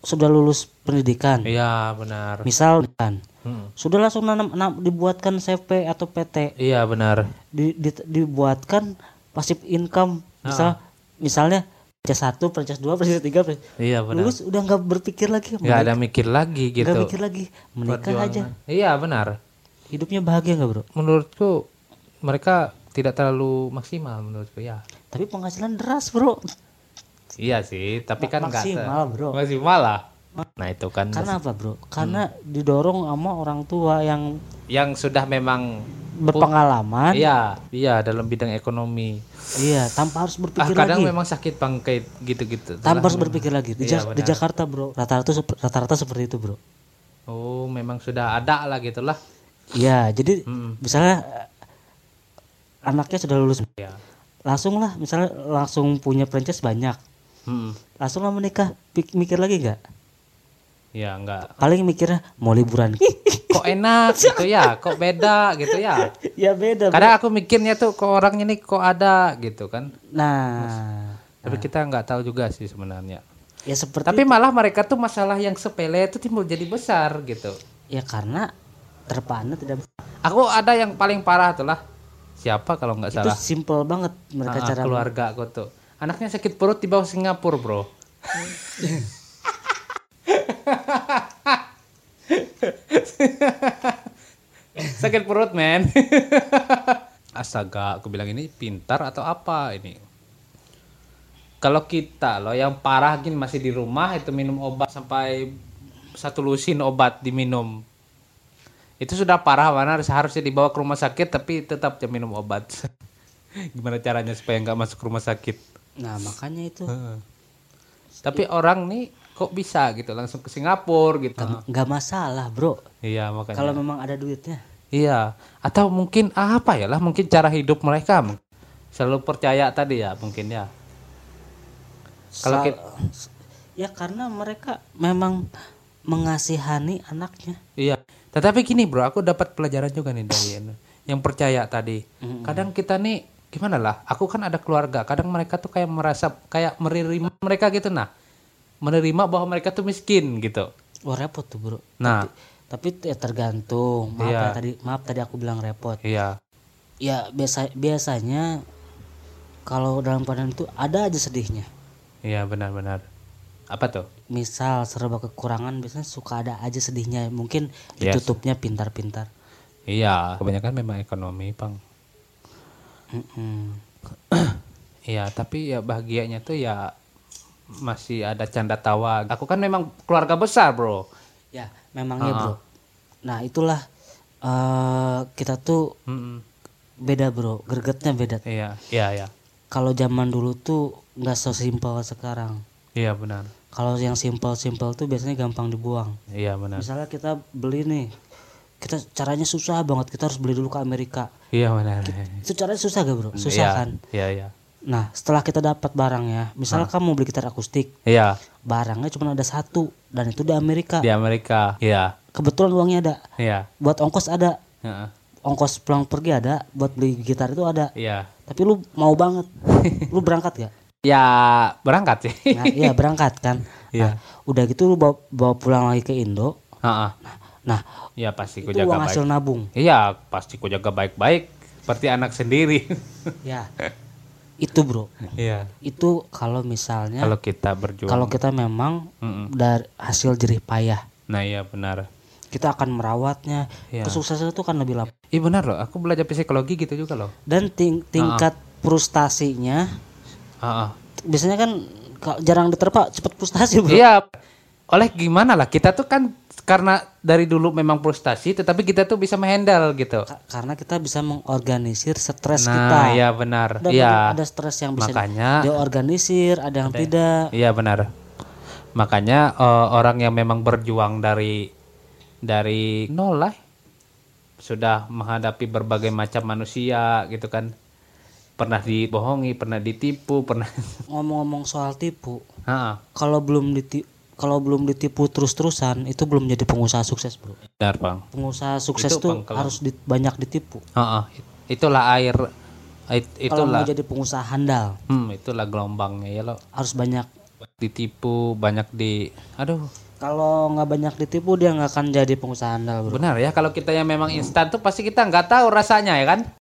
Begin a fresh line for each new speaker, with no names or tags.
sudah lulus pendidikan
Iya, benar.
misal kan
Hmm.
sudah langsung nanam, nanam- dibuatkan CP atau PT
Iya, benar.
di, di- dibuatkan pasif income
Ah.
misal misalnya Percas satu, percas dua, percas tiga, percas
Iya, benar.
lulus udah nggak berpikir lagi,
Nggak
menikah-
ada mikir lagi gitu.
nggak mikir lagi, menikah
Perjuangan.
aja,
Iya, benar.
hidupnya bahagia nggak bro?
Menurutku mereka tidak terlalu maksimal menurutku ya.
Tapi penghasilan deras bro,
Iya sih, tapi kan nggak se-
maksimal, bro.
Maksimal lah. Nah, itu kan
karena apa bro? Karena didorong sama orang tua yang
yang sudah memang
berpengalaman
iya, iya dalam bidang ekonomi.
iya tanpa harus
Ah,
berpikir
kadang
lagi
memang sakit bangkai gitu-gitu. Itulah
tanpa harus
memang.
berpikir lagi di,
Iya,
Ja- di
benar.
Jakarta bro rata-rata sep- rata-rata seperti itu bro
Oh, memang sudah ada lah gitulah.
iya jadi
Mm-mm.
misalnya eh, anaknya sudah lulus
Iya.
langsung lah misalnya langsung punya franchise banyak
Hmm.
langsung lah menikah Pik- mikir lagi nggak
Ya, enggak.
paling mikirnya mau liburan
Kok enak gitu ya? Kok beda gitu ya?
ya beda bro.
Kadang aku mikirnya tuh kok orangnya nih kok ada gitu kan.
nah
Tapi kita nggak tahu juga sih sebenarnya.
ya seperti
Tapi malah mereka tuh masalah yang sepele itu timbul jadi besar gitu.
ya karena terpana tidak
Aku ada yang paling parah tuh lah. Siapa kalau nggak
itu
salah?
simple banget mereka
Ah,
cara
keluarga aku tuh. Anaknya sakit perut di bawah Singapura, Bro. sakit perut, men. Astaga, aku bilang ini pintar atau apa ini? Kalau kita loh yang parah gini masih di rumah itu minum obat sampai satu lusin obat diminum. Itu sudah parah mana harus- harusnya dibawa ke rumah sakit tapi tetap dia minum obat. Gimana caranya supaya nggak masuk rumah sakit?
nah makanya itu
Hmm. Tapi orang nih kok bisa gitu langsung ke Singapura gitu.
nggak nggak masalah bro
Iya makanya.
kalau memang ada duitnya
Iya, atau mungkin apa ya lah mungkin cara hidup mereka mung- selalu percaya tadi ya mungkin ya. Kalau
Sal-
kita
ya karena mereka memang mengasihani anaknya
iya, tetapi gini bro, aku dapat pelajaran juga nih dari ini. yang percaya tadi. Kadang kita nih gimana lah, aku kan ada keluarga, kadang mereka tuh kayak merasa kayak menerima mereka gitu nah. Menerima bahwa mereka tuh miskin gitu.
wah Oh, repot tuh bro
Nah,
tapi t- ya tergantung maaf
Iya.
ya tadi maaf tadi aku bilang repot
iya.
ya biasa biasanya kalau dalam keadaan itu ada aja sedihnya
Iya benar-benar. Apa tuh?
misal serba kekurangan biasanya suka ada aja sedihnya mungkin
Yes.
ditutupnya pintar-pintar
Iya, kebanyakan memang ekonomi, Bang.
Mm-mm.
Iya, tapi ya bahagianya tuh ya masih ada canda tawa. Aku kan memang keluarga besar, Bro.
ya memangnya
Ah.
bro nah itulah eh, kita tuh
Mm-mm.
beda bro gregetnya beda
Iya, iya, iya.
kalau zaman dulu tuh nggak sesimpel sekarang.
Iya benar.
Kalau yang simpel-simpel tuh biasanya gampang dibuang.
Iya benar.
Misalnya kita beli nih kita caranya susah banget kita harus beli dulu ke Amerika
Iya benar.
itu caranya susah gak bro susah
Iya,
kan
Iya iya.
nah setelah kita dapat barangnya misalnya kamu beli gitar akustik
Iya
barangnya cuma ada satu dan itu di Amerika
di Amerika. Iya
kebetulan uangnya ada
iya.
buat ongkos ada
Heeh.
ongkos pulang pergi ada buat beli gitar itu ada
Iya.
tapi lu mau banget lu berangkat gak
Ya berangkat sih.
nah, iya berangkat kan
Iya.
Nah, udah gitu lu bawa, bawa pulang lagi ke Indo
Heeh.
nah
Iya pasti ku
itu
jaga
uang
baik.
hasil nabung
Iya pasti ku jaga baik-baik seperti anak sendiri.
ya itu bro
Iya.
itu kalau misalnya
Kalau kita berjuang.
Ya. kalau kita memang
Mm-mm.
dari hasil jerih payah
Nah iya benar.
kita akan merawatnya
Iya.
kesuksesan itu kan lebih lama
Iya benar loh. Aku belajar psikologi gitu juga loh.
dan ting- tingkat frustasinya
Heeh.
biasanya kan ka- jarang diterpa cepet frustasi bro
Iya. Oleh gimana lah kita tuh kan karena dari dulu memang frustasi, tetapi kita tuh bisa menghandle gitu.
Ka- karena kita bisa mengorganisir stres
Nah,
kita
iya benar.
Dan
Iya.
ada stres yang bisa
Makanya-
diorganisir ada yang tidak
Iya benar. Makanya eh, orang yang memang berjuang dari dari nol lah sudah menghadapi berbagai macam manusia gitu kan. Pernah dibohongi, pernah ditipu, pernah
ngomong-ngomong soal tipu
Heeh.
kalau belum ditipu kalau belum ditipu terus-terusan itu belum jadi pengusaha sukses bro
benar, Bang.
pengusaha sukses
Itu
tuh
pengkelam.
harus di- banyak ditipu
Heeh. Itulah air it-
kalau mau
itulah
jadi pengusaha handal
hmm, itulah gelombangnya ya lo.
harus banyak
Ditipu, banyak di aduh
kalau nggak banyak ditipu dia nggak akan jadi pengusaha handal bro
Benar ya, kalau kita yang memang instan tuh pasti kita nggak tahu rasanya ya kan?